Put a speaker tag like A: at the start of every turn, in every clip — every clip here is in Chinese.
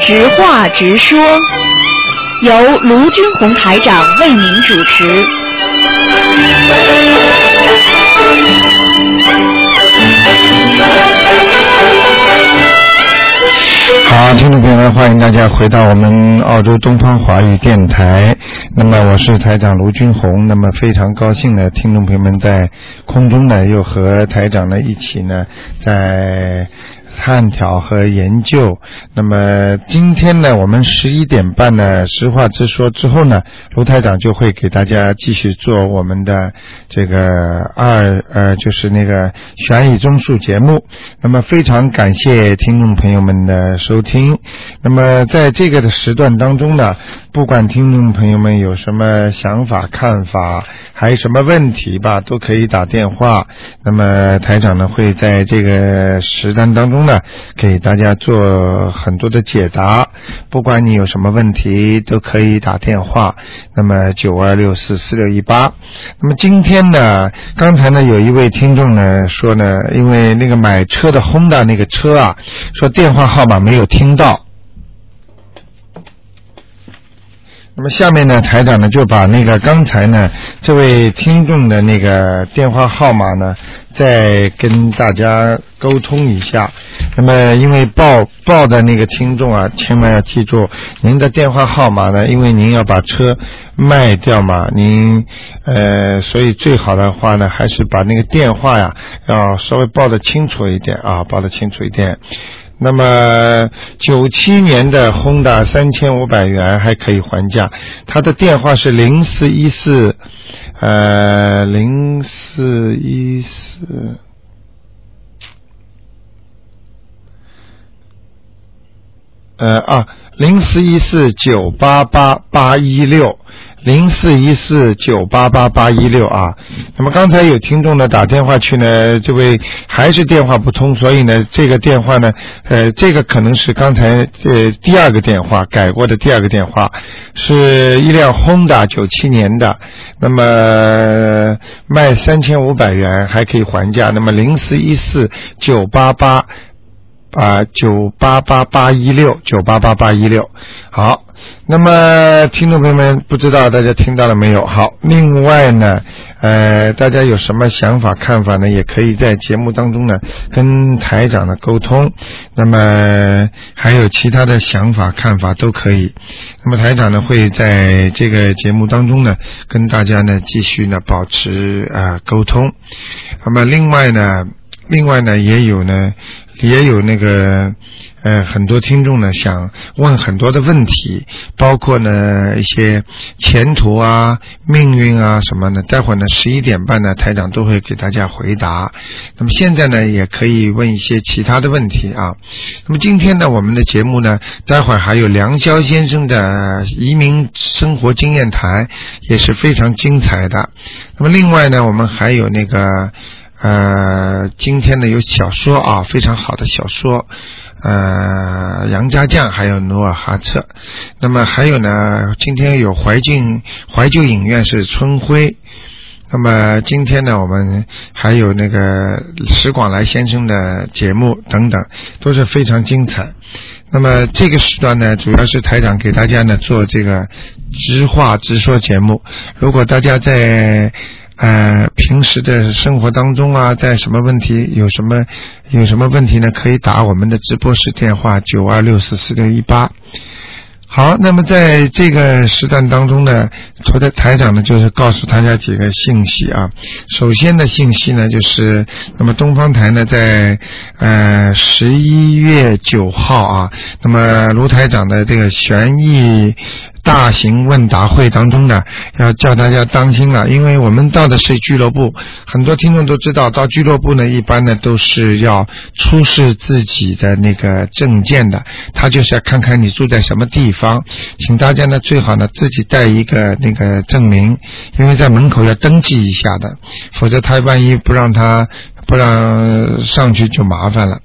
A: 直话直说，由卢军红台长为您主持。
B: 好，听众朋友们，欢迎大家回到我们澳洲东方华语电台。那么我是台长卢军红，那么非常高兴呢，听众朋友们在空中呢又和台长呢一起呢在。探讨和研究。那么今天呢，我们十一点半呢，实话直说之后呢，卢台长就会给大家继续做我们的这个二呃，就是那个悬疑综述节目。那么非常感谢听众朋友们的收听。那么在这个的时段当中呢，不管听众朋友们有什么想法、看法，还有什么问题吧，都可以打电话。那么台长呢，会在这个时段当中。中呢，给大家做很多的解答。不管你有什么问题，都可以打电话。那么九二六四四六一八。那么今天呢，刚才呢有一位听众呢说呢，因为那个买车的 Honda 那个车啊，说电话号码没有听到。那么下面呢，台长呢就把那个刚才呢这位听众的那个电话号码呢，再跟大家沟通一下。那么因为报报的那个听众啊，千万要记住您的电话号码呢，因为您要把车卖掉嘛，您呃，所以最好的话呢，还是把那个电话呀，要稍微报的清楚一点啊，报的清楚一点。那么九七年的 Honda 三千五百元还可以还价，他的电话是零四一四，呃零四一四，呃啊零四一四九八八八一六。零四一四九八八八一六啊，那么刚才有听众呢打电话去呢，这位还是电话不通，所以呢这个电话呢，呃，这个可能是刚才呃第二个电话改过的第二个电话，是一辆 Honda 九七年的，那么卖三千五百元还可以还价，那么零四一四九八八。啊，九八八八一六，九八八八一六。好，那么听众朋友们，不知道大家听到了没有？好，另外呢，呃，大家有什么想法、看法呢？也可以在节目当中呢跟台长呢沟通。那么还有其他的想法、看法都可以。那么台长呢会在这个节目当中呢跟大家呢继续呢保持啊、呃、沟通。那么另外呢，另外呢也有呢。也有那个呃，很多听众呢想问很多的问题，包括呢一些前途啊、命运啊什么的。待会儿呢十一点半呢，台长都会给大家回答。那么现在呢，也可以问一些其他的问题啊。那么今天呢，我们的节目呢，待会儿还有梁霄先生的移民生活经验谈也是非常精彩的。那么另外呢，我们还有那个。呃，今天呢有小说啊，非常好的小说，呃，杨家将还有努尔哈赤，那么还有呢，今天有怀旧怀旧影院是春晖，那么今天呢我们还有那个石广来先生的节目等等，都是非常精彩。那么这个时段呢，主要是台长给大家呢做这个直话直说节目，如果大家在。呃，平时的生活当中啊，在什么问题有什么有什么问题呢？可以打我们的直播室电话九二六四四六一八。好，那么在这个时段当中呢，昨天台长呢就是告诉大家几个信息啊。首先的信息呢就是，那么东方台呢在呃十一月九号啊，那么卢台长的这个悬疑大型问答会当中呢，要叫大家当心了、啊，因为我们到的是俱乐部，很多听众都知道，到俱乐部呢一般呢都是要出示自己的那个证件的，他就是要看看你住在什么地方。方，请大家呢最好呢自己带一个那个证明，因为在门口要登记一下的，否则他万一不让他不让上去就麻烦了。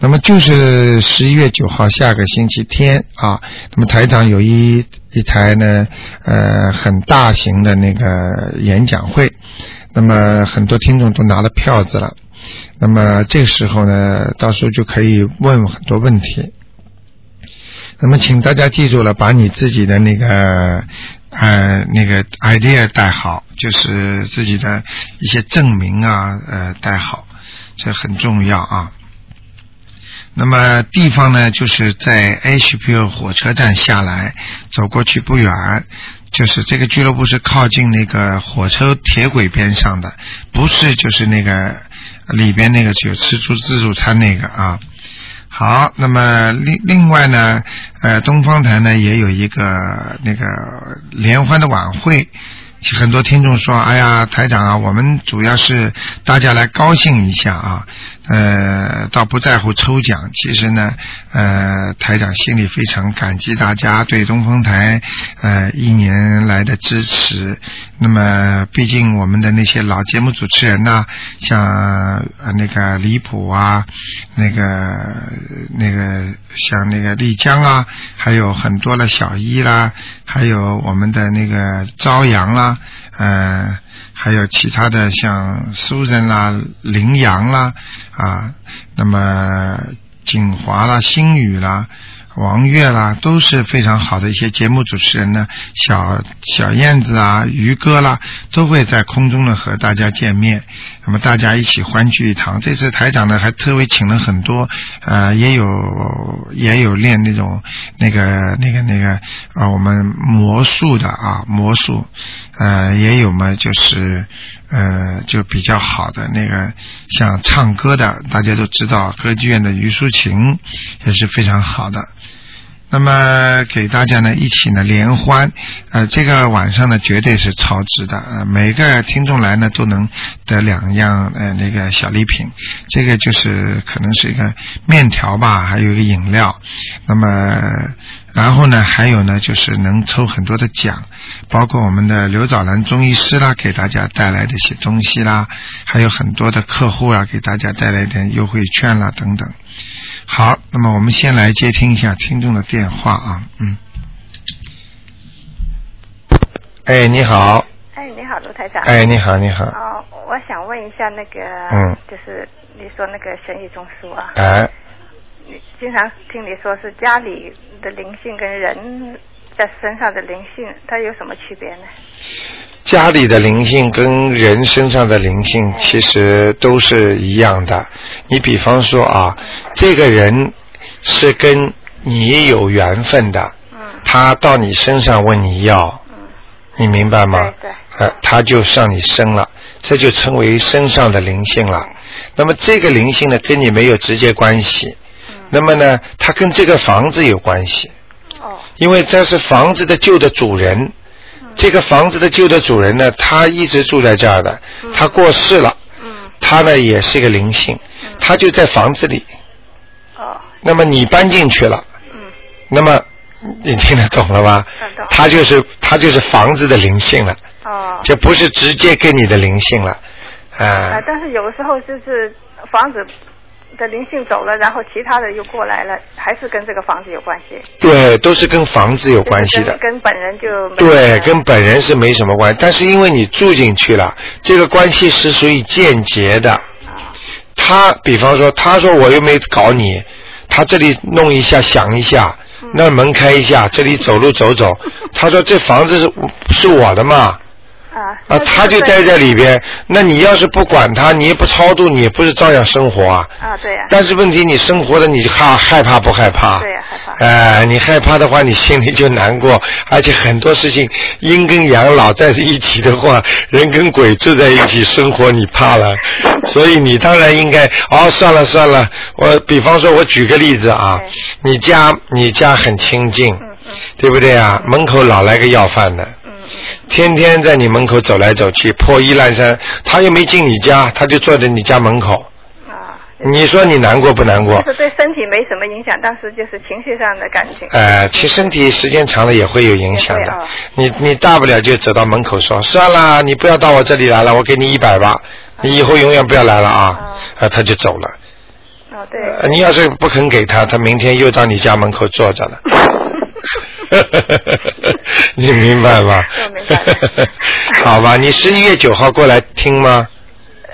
B: 那么就是十一月九号下个星期天啊，那么台长有一一台呢呃很大型的那个演讲会，那么很多听众都拿了票子了，那么这个时候呢，到时候就可以问很多问题。那么请大家记住了，把你自己的那个呃那个 idea 带好，就是自己的一些证明啊，呃带好，这很重要啊。那么地方呢，就是在 HPO 火车站下来，走过去不远，就是这个俱乐部是靠近那个火车铁轨边上的，不是就是那个里边那个有吃住自助餐那个啊。好，那么另另外呢，呃，东方台呢也有一个那个联欢的晚会。很多听众说：“哎呀，台长啊，我们主要是大家来高兴一下啊，呃，倒不在乎抽奖。其实呢，呃，台长心里非常感激大家对东风台呃一年来的支持。那么，毕竟我们的那些老节目主持人呐、像呃那个李普啊，那个那个像那个丽江啊，还有很多的小一啦，还有我们的那个朝阳啦，呃，还有其他的像苏人啦、羚羊啦啊，那么锦华啦、星宇啦。王悦啦，都是非常好的一些节目主持人呢。小小燕子啊，于哥啦，都会在空中呢和大家见面。那么大家一起欢聚一堂。这次台长呢还特别请了很多，呃，也有也有练那种那个那个那个啊，我们魔术的啊，魔术，呃，也有嘛，就是呃，就比较好的那个像唱歌的，大家都知道，歌剧院的于淑琴也是非常好的。那么给大家呢一起呢联欢，呃，这个晚上呢绝对是超值的，呃，每个听众来呢都能得两样呃那个小礼品，这个就是可能是一个面条吧，还有一个饮料，那么。然后呢，还有呢，就是能抽很多的奖，包括我们的刘早兰中医师啦，给大家带来的一些东西啦，还有很多的客户啦，给大家带来一点优惠券啦等等。好，那么我们先来接听一下听众的电话啊，嗯。哎，你好，
C: 哎，你好，卢台长。
B: 哎，你好，你好，
C: 哦，我想问一下那个，
B: 嗯
C: 就是你说那个玄宇中枢啊，
B: 哎，
C: 你经常听你说是家里的灵性跟人在身上的灵性，它有什么区别呢？
B: 家里的灵性跟人身上的灵性其实都是一样的。你比方说啊，这个人是跟你有缘分的，
C: 嗯
B: 他到你身上问你要，
C: 嗯，
B: 你明白吗？
C: 对对
B: 呃，他就上你身了，这就称为身上的灵性
C: 嗯
B: 了。那么这个灵性呢，跟你没有直接关系。
C: 嗯
B: 那么呢，它跟这个房子有关系。
C: 哦，
B: 因为这是房子的旧的主人，
C: 嗯
B: 这个房子的旧的主人呢，他一直住在这儿的，他过世了，
C: 嗯
B: 他呢也是一个灵性，他就在房子里。
C: 哦，
B: 那么你搬进去了，
C: 嗯
B: 那么你听得懂了吧
C: 听得嗯懂？
B: 他就是他就是房子的灵性了，
C: 哦，
B: 这不是直接跟你的灵性了，啊
C: 啊，，但是有的时候就是房子的灵性走了，然后其他的又过来了，还是跟这个房子有关系，
B: 对，都是跟房子有
C: 就是
B: 关系的
C: 跟。跟本人就没
B: 对，
C: 有
B: 跟本人是没什么关系，但是因为你住进去了，这个关系是属于间接的。
C: 啊
B: 他比方说，他说我又没搞你，他这里弄一下想一下，那门开一下，这里走路走走。他说这房子是是我的嘛，
C: 啊
B: 啊，他就待在里边。那你要是不管他，你也不超度，你也不是照样生活啊？
C: 啊，对呀、
B: 但是问题你生活的你害害怕不害怕？
C: 对呀、害怕。
B: 哎、你害怕的话，你心里就难过，而且很多事情阴跟阳老在一起的话，人跟鬼住在一起生活，你怕 了，所以你当然应该哦，算了算了，我比方说，我举个例子啊，你家你家很清静，
C: 嗯嗯
B: 对不对啊？门口老来个要饭的，
C: 嗯嗯
B: 天天在你门口走来走去，破衣烂衫，他又没进你家，他就坐在你家门口，
C: 嗯啊，
B: 你说你难过不难过？
C: 就是对身体没什么影响，但是就是情绪上的感情。
B: 呃，其实身体时间长了也会有影响
C: 也会
B: 的
C: 啊。
B: 你你大不了就走到门口说，算了，你不要到我这里来了，我给你一百吧，你以后永远不要来了啊
C: 啊。
B: 呃，他就走了。
C: 哦， 对，
B: 呃你要是不肯给他，他明天又到你家门口坐着 了。你明白吗
C: 我明白了？
B: 好吧，你十一月九号过来听吗？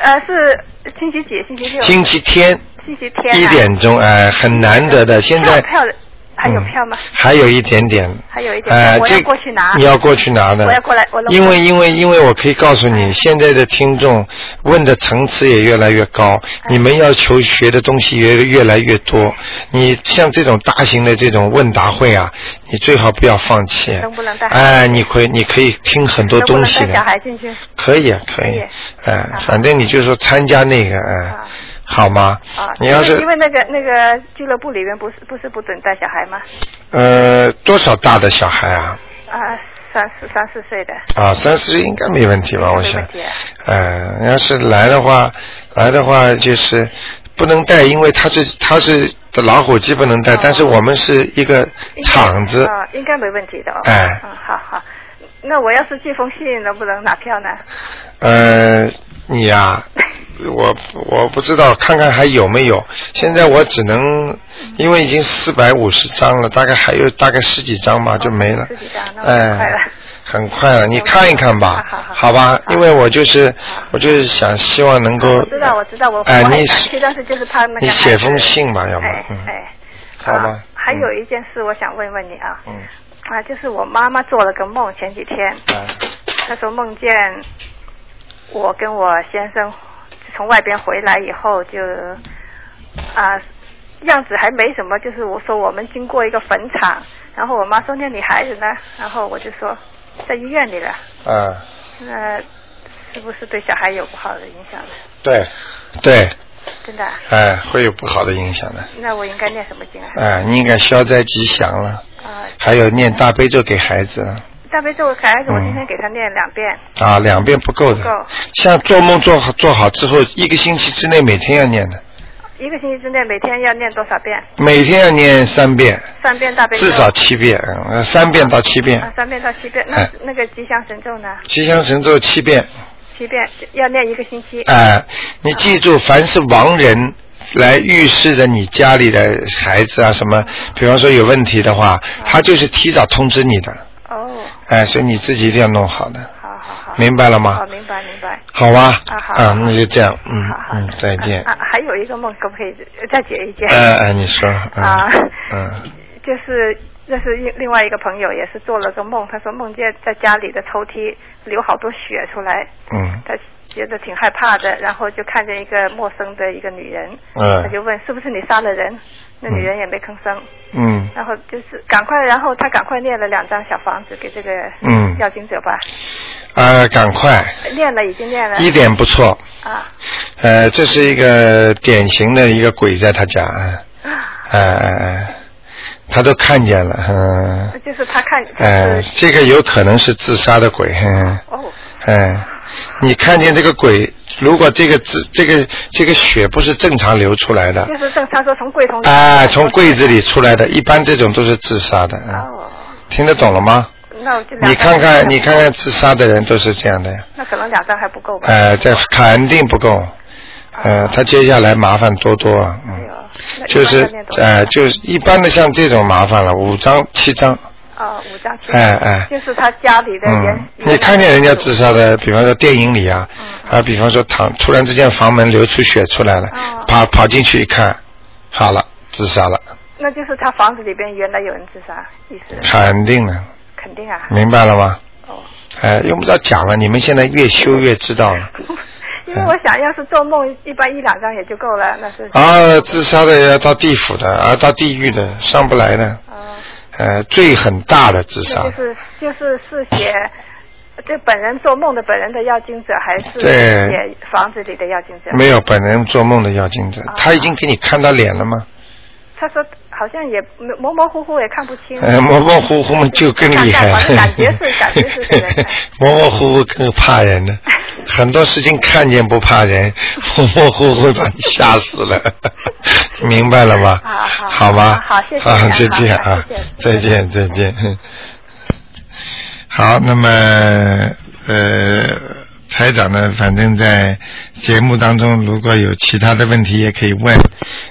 C: 呃，是星期几？星期六？
B: 星期天
C: 星期天、啊。
B: 一点钟，哎、很难得的。现在
C: 票票还有票吗？
B: 还有一点点。
C: 还有一点，
B: 哎、
C: 我
B: 这
C: 要过去拿。
B: 你要过去拿的。
C: 我要过来，我弄哎
B: 因为因为因为我可以告诉你，现在的听众问的层次也越来越高，
C: 哎
B: 你们要求学的东西也越来越多。你像这种大型的这种问答会啊，你最好不要放弃。
C: 能不能带
B: 哎、你可以你可以听很多
C: 能不
B: 东
C: 能
B: 西
C: 带小
B: 的。
C: 孩进去？
B: 可以啊，可
C: 可
B: 以
C: 以，
B: 哎、
C: 啊
B: 反正你就说参加那个，哎、
C: 啊
B: 好吗？
C: 啊，
B: 你要
C: 因
B: 是
C: 为因为那个那个俱乐部里面不是不是不准带小孩吗？
B: 呃多少大的小孩啊？
C: 啊，三四三四岁的。
B: 啊，三十应该没问题啊吧？我
C: 没
B: 想
C: 问题，
B: 呃，要是来的话，来的话就是不能带，因为它是它是老虎机不能带，
C: 哦
B: 但是我们是一个
C: 应该
B: 厂子，
C: 啊，应该没问题的哦。
B: 哎
C: 嗯，好好。那我要是寄封信，能不能拿票呢？
B: 呃，你呀、我我不知道，看看还有没有。现在我只
C: 嗯
B: 能，因为已经四百五十张了，大概还有大概十几张吧，就没了。
C: 哦十几张那
B: 哎，
C: 很快了
B: 很快了，你看一看吧，
C: 好好好
B: 吧？
C: 好
B: 因为我就是，我就是想希望能够。
C: 啊我知道，我知道，我、
B: 哎，
C: 我很
B: 你
C: 想去，但是就是怕那个
B: 你
C: 孩
B: 写
C: 子
B: 封信吧，要不
C: 哎
B: 嗯，
C: 哎，
B: 好吧
C: 还
B: 嗯
C: 有一件事，我想问问你啊，
B: 嗯，
C: 啊，就是我妈妈做了个梦，前几天，
B: 哎
C: 她说梦见我跟我先生从外边回来以后就啊。样子还没什么，就是我说我们经过一个坟场，然后我妈说那女孩子呢，然后我就说在医院里了，
B: 啊，
C: 那是不是对小孩有不好的影响呢？
B: 对，对，
C: 真的啊、
B: 哎，会有不好的影响的，
C: 那我应该念什么经啊？
B: 哎，你应该消灾吉祥了，
C: 啊、
B: 还有念大悲咒给孩子啊了。
C: 大悲咒，孩子，我今天
B: 嗯
C: 给他念两遍。
B: 啊，两遍不够的。
C: 不够
B: 像做梦做好做好之后，一个星期之内每天要念的，
C: 一个星期之内每天要念多少遍？
B: 每天要念三遍，
C: 三遍大悲咒。
B: 至少七遍，嗯呃，三遍到七遍。
C: 啊，三遍到七遍。那、
B: 哎
C: 那个吉祥神咒呢？
B: 吉祥神咒七遍，
C: 七遍要念一个星期。
B: 哎、你记住，凡是亡人来预示着你家里的孩子啊什么，比方说有问题的话，
C: 嗯
B: 他就是提早通知你的，
C: 哦，
B: 哎、所以你自己一定要弄好的，
C: 好好好。
B: 明白了
C: 好，
B: 吗？
C: 明白明白。
B: 好吧，
C: 啊好
B: 啊，那就这样，嗯
C: 好好
B: 嗯，再见，
C: 啊，还有一个梦，可不可以再解一解？
B: 哎哎，你说，嗯、
C: 啊
B: 嗯。
C: 就是这是另另外一个朋友也是做了个梦，他说梦见在家里的抽屉流好多血出来，
B: 嗯
C: 他觉得挺害怕的，然后就看见一个陌生的一个女人，
B: 嗯
C: 他就问是不是你杀了人？那女人也没吭声，
B: 嗯
C: 然后就是赶快，然后他赶快念了两张小房子给这个
B: 嗯
C: 要经者吧，
B: 啊，赶快，
C: 念了已经念了
B: 一点不错。
C: 啊，
B: 呃，这是一个典型的一个鬼在他家，哎哎哎哎，他都看见了，嗯，
C: 就是他看，就是、
B: 呃，这个有可能是自杀的鬼，嗯，
C: 哦
B: 嗯，你看见这个鬼，如果这个自这个这个血不是正常流出来的，
C: 就是正他说从柜桶里
B: 啊，从柜子里出来的，一般这种都是自杀的，嗯，
C: 哦，
B: 听得懂了吗？
C: 那我就两
B: 你看
C: 张
B: 看，你看看自杀的人都是这样的呀。
C: 那可能两张还不够吧。
B: 呃，这肯定不够，呃，他接下来麻烦多多啊，嗯，
C: 哎呦那一
B: 就
C: 般
B: 是
C: 要念多少
B: 呃，
C: 张
B: 就是一般的像这种麻烦了，五张七张，
C: 哦，五张七，
B: 哎哎
C: 就是他家里的
B: 嗯
C: 人，，
B: 你看见人家自杀的，比方说电影里啊，
C: 嗯
B: 啊，比方说躺突然之间房门流出血出来了
C: 哦，
B: 跑跑进去一看，好了，自杀了，
C: 那就是他房子里边原来有人自杀，意思
B: 肯定的，
C: 肯定啊，
B: 明白了吗？
C: 哦，
B: 哎，用不着讲了，你们现在越修越知道 了。
C: 因为我想要是做梦，一般一两张也就够了，那是
B: 啊，自杀的要到地府的，啊，到地狱的，上不来的。
C: 哦，
B: 呃，罪很大的自
C: 那
B: 杀
C: 就，是就是是写这本人做梦的本人的要经者，还是
B: 对
C: 写房子里的要经者？
B: 没有本人做梦的要精者，他已经给你看到脸了吗？
C: 他说好像也模模糊糊也看不清，
B: 呃，模模糊糊嘛就更厉害了
C: 看看反嗯正感觉 是感觉是这个
B: 模模糊糊更怕人呢。很多事情看见不怕人，模模糊糊把你吓死 了，明白了吗？
C: 好好
B: 吗？
C: 好好谢谢
B: 啊
C: 啊
B: 再见
C: 好
B: 啊，
C: 谢
B: 再
C: 谢
B: 见，再见。好，那么呃，台长呢，反正在节目当中，如果有其他的问题也可以问，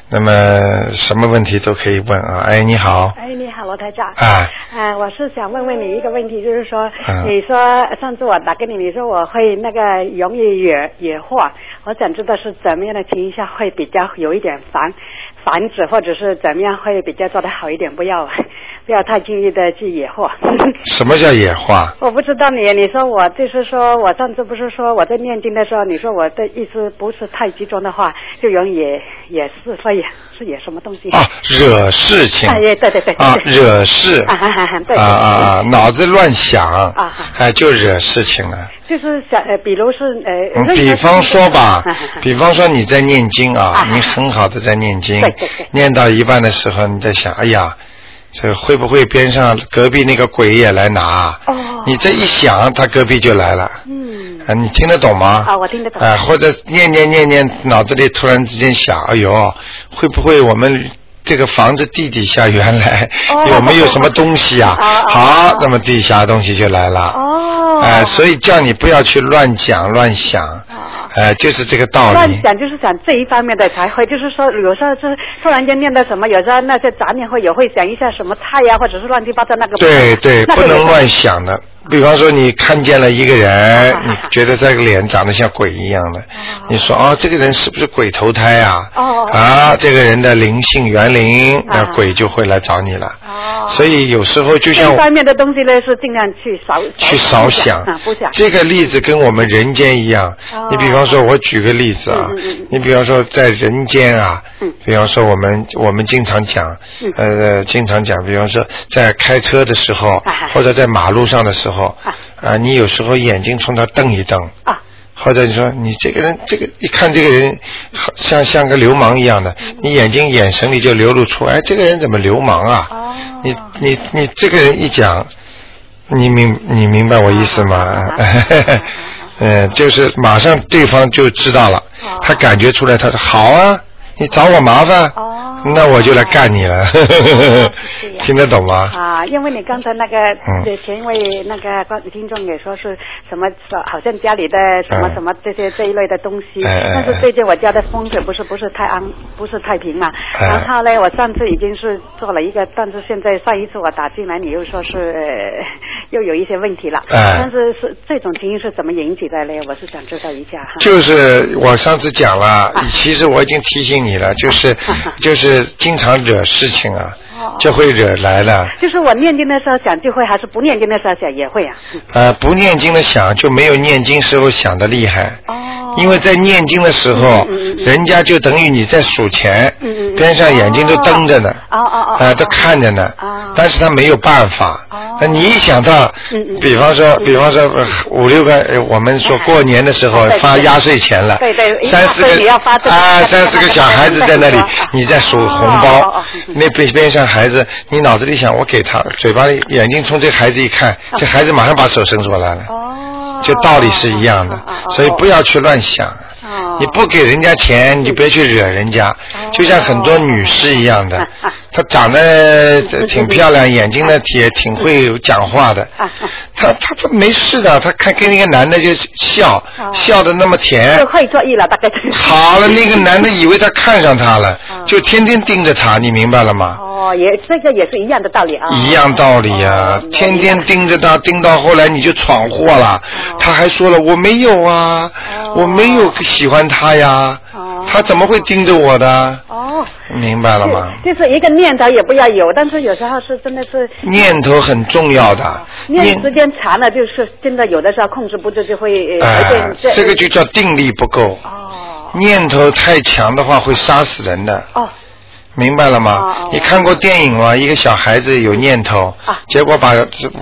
B: 那么什么问题都可以问啊。哎，你好，
D: 哎，你好，罗台长。
B: 啊，
D: 啊，我是想问问你一个问题，就是说，
B: 嗯
D: 你说上次我打给你，你说我会那个容易惹惹祸，我想知道是怎么样的情况下会比较有一点烦繁殖或者是怎么样会比较做得好一点，不要 不要太轻易的去野获。
B: 什么叫野化？
D: 我不知道你，你说我就是说我上次不是说我在念经的时候，你说我的意思不是太集中的话，就容易也也是非是也什么东西。
B: 啊，惹事情。
D: 哎对对对
B: 啊，
D: 对
B: 惹事。
D: 啊啊啊对
B: 啊啊！脑子乱想
D: 啊，
B: 哎，就惹事情了。
D: 就是想呃，比如是呃，
B: 嗯，比方说吧比方说你在念经啊
D: 啊，
B: 你很好的在念经
D: 对对对，
B: 念到一半的时候，你在想，哎呀，这会不会边上隔壁那个鬼也来拿？
D: 哦
B: 你这一想，他隔壁就来了。
D: 嗯
B: 啊，你听得懂吗？
D: 啊我听得懂
B: 啊，或者念念念念，脑子里突然之间想，哎呦，会不会我们这个房子地底下原来
D: 哦
B: 有没有什么东西啊？
D: 啊啊
B: 好
D: 啊，
B: 那么地下东西就来了。
D: 哦
B: 哎、所以叫你不要去乱讲乱想，哎、就是这个道理
D: 哦乱。想就是想这一方面的才会，就是说有时候就是突然间念到什么，有时候那些杂念会有会想一下什么菜呀、或者是乱七八糟那个。
B: 对对，
D: 那
B: 不
D: 个也
B: 能
D: 是
B: 乱想的。比方说，你看见了一个 人，
D: 啊
B: 你觉得这个脸长得像鬼一样的，你说哦，这个人是不是鬼投胎啊？
D: 哦哦
B: 啊，这个人的灵性园灵，那
D: 啊
B: 鬼就会来找你了。
D: 哦
B: 所以有时候就像
D: 这
B: 我
D: 一方面的东西呢，是尽量去少
B: 去少想
D: 啊，不想。
B: 这个例子跟我们人间一样。
D: 哦
B: 你比方说，我举个例子啊，
D: 嗯嗯嗯
B: 你比方说在人间啊，
D: 嗯
B: 比方说我们我们经常讲，
D: 嗯
B: 呃，经常讲，比方说在开车的时候，
D: 啊
B: 或者在马路上的时候，
D: 啊
B: 你有时候眼睛冲他瞪一瞪。
D: 啊
B: 或者你说你这个人，这个一看这个人好像像个流氓一样的，你眼睛眼神里就流露出，哎，这个人怎么流氓啊？
D: 哦
B: 你你你这个人一讲，你明你明白我意思吗
D: 啊啊啊啊啊？
B: 嗯，就是马上对方就知道了
D: 哦，
B: 他感觉出来，他说好啊，你找我麻烦
D: 哦，
B: 那我就来干你了， 听得懂吗？
D: 啊，因为你刚才那个，
B: 嗯
D: 对前一位那个观听众也说是什么，说好像家里的什么
B: 嗯
D: 什么这些这一类的东西，
B: 哎哎
D: 但是
B: 哎
D: 最近我家的风水不是不是太安，不是太平嘛。
B: 哎
D: 然后呢，我上次已经是做了一个，但是现在上一次我打进来，你又说是、呃又有一些问题了。
B: 哎
D: 但是是这种情形是怎么引起的呢？我是想知道一下哈。
B: 就是我上次讲了，其实我已经提醒你了，就是 就是经常惹事情啊
D: 哦，
B: 就会惹来了。
D: 就是我念经的时候想就会，还是不念经的时候想也会啊。
B: 呃，不念经的想就没有念经时候想的厉害。
D: 哦
B: 因为在念经的时
D: 嗯
B: 候，人家就等于你在数钱，
D: 嗯嗯嗯
B: 边上眼睛都瞪着呢，
D: 哦哦哦哦
B: 啊，都看着呢，
D: 哦
B: 但是他没有办法
D: 哦。
B: 那你一想到
D: 嗯嗯，
B: 比方说，比方说呃五六个，呃我们说过年的时候
D: 对对
B: 发压岁钱了，
D: 哎对对
B: 三四
D: 压岁
B: 个
D: 也要发这个
B: 啊
D: 这，个
B: 三四个小孩子在那里
D: 这个这个，
B: 你在数红
D: 哦哦
B: 包
D: 哦嗯，嗯
B: 那边边上孩子，你脑子里想我给他，嘴巴里眼睛冲这孩子一看，这孩子马上把手伸出来了。
D: 哦
B: 就道理是一样的
D: 哦哦哦，哦
B: 所以不要去乱想。
D: 哦
B: 你不给人家钱，你就别去惹人家，就像很多女士一样的，
D: 哦
B: 她长 得呃挺漂亮，眼睛呢也挺会讲话 的
D: 啊啊，
B: 她她她没事的，她看跟那个男的就笑，
D: 哦
B: 笑的那么甜
D: 就。会作意了，大概。
B: 好了，那个男的以为她看上他了
D: 啊，
B: 就天天盯着她，你明白了吗？
D: 哦，也这个也是一样的道理啊。
B: 啊一样道理呀、
D: 哦
B: 天天盯着他，盯到后来你就闯祸
D: 啊
B: 了。他还说了，我没有啊，
D: 哦
B: 我没有喜欢他呀，
D: 哦
B: 他怎么会盯着我的？
D: 哦。
B: 明白了吗？
D: 就就是一个念头也不要有，但是有时候是真的是
B: 念头很重要的，
D: 念时间长了，就是真的有的时候控制不住就会呃
B: 哎、
D: 有点
B: 这个就叫定力不够，
D: 哦
B: 念头太强的话会杀死人的。
D: 哦
B: 明白了吗？
D: 哦哦
B: 你看过电影吗？一个小孩子有念头，
D: 啊
B: 结果把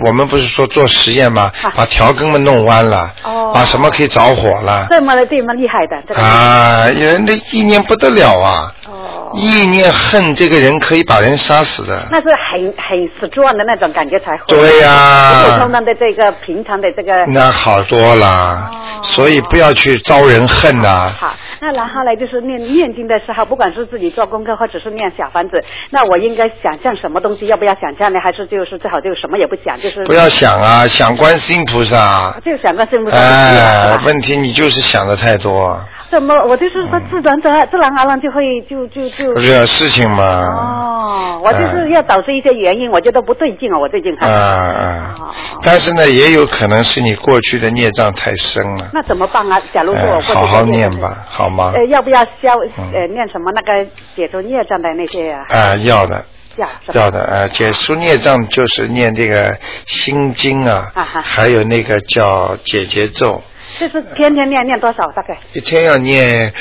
B: 我们不是说做实验吗？
D: 啊
B: 把调羹们弄弯了，
D: 哦
B: 把什么可以着火了？
D: 这么这么厉害的这个
B: 啊，人的意念不得了啊！
D: 哦，
B: 意念恨这个人可以把人杀死的。
D: 那是很很 strong 的那种感觉才会。
B: 对啊嗯呀、
D: 普普通通的这个平常的这个
B: 那好多啦。
D: 哦啊
B: 所以不要去招人恨呐、
D: 好，那然后呢，就是念念经的时候，不管是自己做功课，或者是念小房子，那我应该想象什么东西？要不要想象呢？还是就是最好就什么也不想，就是
B: 不要想啊，想观世音菩萨。
D: 啊就想个圣母
B: 哎，
D: 啊是吧
B: 问题你就是想的太多，
D: 怎么？我就是说自然自然自然而然就会就就就
B: 惹事情嘛。
D: 嗯哦，我我就是要导致一些原因，我觉得不对劲哦，我最近
B: 啊
D: 看。
B: 啊
D: 哦哦！
B: 但是呢，也有可能是你过去的孽障太深了。
D: 那怎么办啊？假如说我
B: 哎
D: 过去
B: 好好
D: 这些
B: 念
D: 日子
B: 吧，好吗？
D: 呃，要不要消
B: 嗯
D: 呃念什么那个解除业障的那些呀、
B: 啊，要的，
D: 药是吧？
B: 要的。呃，解除孽障就是念这个心经啊，
D: 啊哈
B: 还有那个叫解结咒，
D: 就是天天念念多少大概？
B: 一天要念，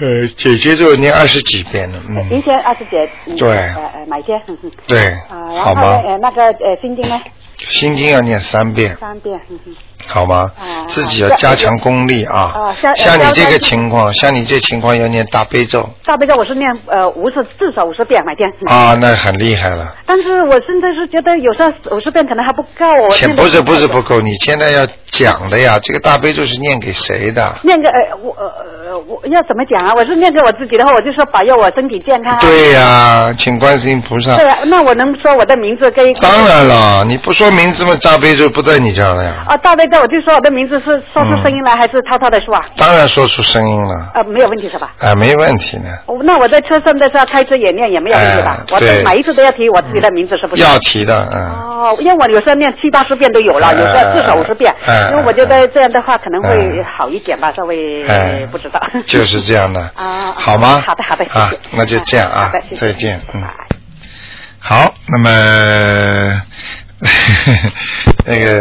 B: 呃，解结咒念二十几遍呢。
D: 哎一
B: 嗯，
D: 天二十节。嗯
B: 对
D: 呃呃，买些。嗯哼。
B: 对，好
D: 啊，然后呢
B: 吗？
D: 呃那个呃心经呢，
B: 心经要念三遍，
D: 三遍。嗯哼。
B: 好吗
D: 哦？
B: 自己要加强功力啊
D: 哦。像
B: 像你这个
D: 像
B: 情况，像你这情况要念大悲咒
D: 大悲咒我是念呃五十至少五十遍每天。嗯
B: 啊，那很厉害了。
D: 但是我现在是觉得有时候五十遍可能还不够，我
B: 钱
D: 念得
B: 不是不是不够，你现在要讲的呀，这个大悲咒是念给谁的？
D: 念个呃我呃我要怎么讲啊？我是念给我自己的话，我就说保佑我身体健康啊。
B: 对呀、请观世音菩萨
D: 对。啊，那我能说我的名字跟
B: 当然了，你不说名字嘛，大悲咒不在你这儿了呀。
D: 啊，大悲咒，我就说我的名字是说出
B: 嗯
D: 声音来，还是滔滔的说啊？
B: 当然说出声音了，
D: 啊，没有问题是吧？
B: 啊，没问题呢。
D: 哦那我在车上的时候开车也念也没有问题吧
B: 哎？
D: 我
B: 对
D: 是每一次都要提我自己的名字，是不是？
B: 要提的，嗯。
D: 哦，因为我有时候念七八十遍都有了，有时候至少五十遍
B: 哎，
D: 因为我觉得这样的话可能会
B: 哎
D: 好一点吧，稍微
B: 哎，
D: 不知道。，
B: 就是这样的
D: 啊，
B: 好吗？
D: 好的，好的，谢谢
B: 啊，那就这样啊
D: 好的，谢谢
B: 再
D: 啊
B: 见，嗯
D: 拜。拜
B: 好，那么 那个，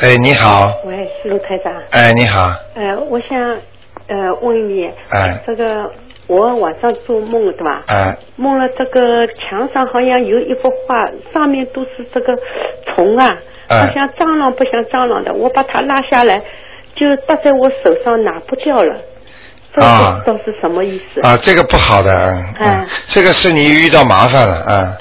B: 哎，你好，
E: 喂，是陆台长。
B: 哎，你好，
E: 呃，我想呃问你，
B: 哎，
E: 这个我晚上做梦对吧？
B: 哎，
E: 梦了这个墙上好像有一幅画，上面都是这个虫啊，
B: 哎
E: 好像蟑螂不像蟑螂的，我把它拉下来，就搭在我手上拿不掉了。这个
B: 啊
E: 不知道是什么意思？
B: 啊，这个不好的，嗯，
E: 哎
B: 嗯这个是你遇到麻烦了，嗯。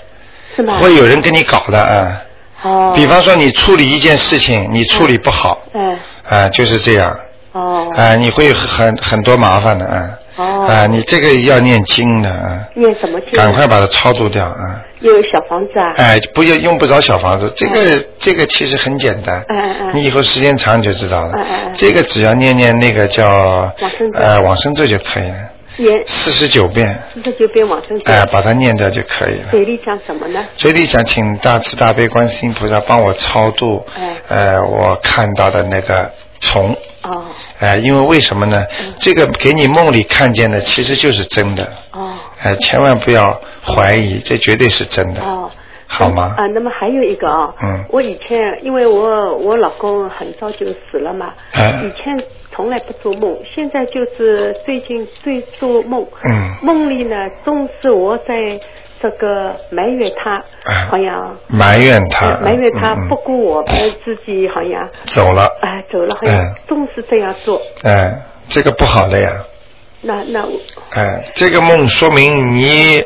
E: 是吗？
B: 会有人跟你搞的啊。
E: 哦，
B: 比方说你处理一件事情，你处理不好，
E: 哎，
B: 啊，就是这样，
E: 哦，
B: 啊，你会很很多麻烦的啊。
E: 哦
B: 啊，你这个要念经的啊，
E: 念什么经？
B: 赶快把它超度掉啊！
E: 又有小房子啊？
B: 哎，不要用不着小房子，这个这个其实很简单
E: 嗯嗯，嗯
B: 你以后时间长你就知道了
E: 嗯嗯嗯。
B: 这个只要念念那个叫
E: 往生咒
B: 呃往生咒就可以了，
E: 念
B: 四十九遍，
E: 四十九遍往生咒，
B: 哎，把它念掉就可以了。
E: 嘴里讲什么呢？
B: 嘴里想请大慈大悲观世音菩萨帮我超度，
E: 哎
B: 呃，我看到的那个虫，
E: 哦
B: 哎、因为为什么呢？
E: 嗯
B: 这个给你梦里看见的其实就是真的，
E: 哦。
B: 哎、千万不要怀疑，这绝对是真的，
E: 哦，
B: 好吗？
E: 啊，那么还有一个啊、
B: 嗯
E: 我以前因为我我老公很早就死了嘛，
B: 哎
E: 以前从来不做梦，现在就是最近最做梦，
B: 嗯
E: 梦里呢总是我在这个埋怨他，
B: 哎
E: 好像
B: 埋怨他，
E: 埋怨他
B: 嗯嗯
E: 不顾我，把自己好像
B: 走了，
E: 啊、走了，好像
B: 哎
E: 总是这样做，
B: 哎、这个不好的呀，
E: 那那我
B: 哎、这个梦说明你，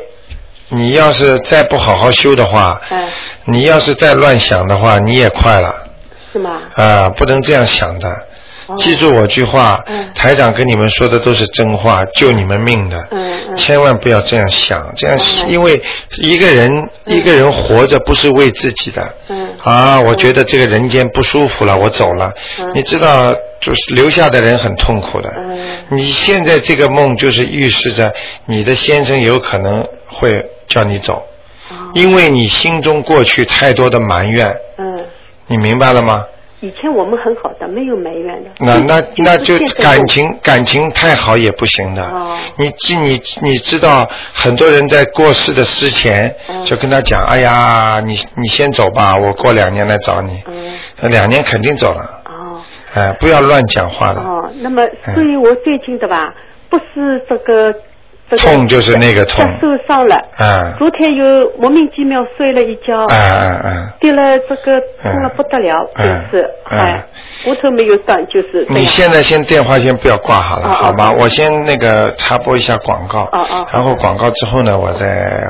B: 你要是再不好好修的话，
E: 哎
B: 你要是再乱想的话，你也快了。
E: 是吗？
B: 啊，不能这样想的。记住我句话，
E: 哦嗯
B: 台长跟你们说的都是真话，救你们命的，
E: 嗯嗯
B: 千万不要这样想，这样是
E: 嗯
B: 因为一个人、一个人活着不是为自己的，
E: 嗯
B: 啊，我觉得这个人间不舒服了，我走了，
E: 嗯
B: 你知道，就是留下的人很痛苦的，
E: 嗯
B: 你现在这个梦就是预示着你的先生有可能会叫你走，
E: 哦
B: 因为你心中过去太多的埋怨，
E: 嗯，
B: 你明白了吗？
E: 以前我们很好的，没有埋怨的，
B: 那啊那那就
E: 现在
B: 感
E: 我
B: 情感情太好也不行的。
E: 哦
B: 你知你你知道，很多人在过世的之前、
E: 嗯
B: 就跟他讲：“哎呀，你你先走吧，我过两年来找你。呃
E: 嗯
B: 两年肯定走了，
E: 哦。
B: 哎、不要乱讲话嗯的。
E: 哦，那么所以我最近的吧，不是这个这个
B: 痛就是那个痛
E: 脚受伤了，
B: 啊
E: 昨天又莫名其妙摔了一跤，
B: 啊啊啊！
E: 跌了这个痛了
B: 嗯
E: 不得了，就
B: 嗯
E: 是
B: 嗯
E: 哎，骨头没有断，就是这
B: 你
E: 样。
B: 现在先电话先不要挂好了，
E: 哦哦
B: 好吗？
E: 哦
B: 我先那个插播一下广告，
E: 哦哦
B: 然后广告之后呢，我再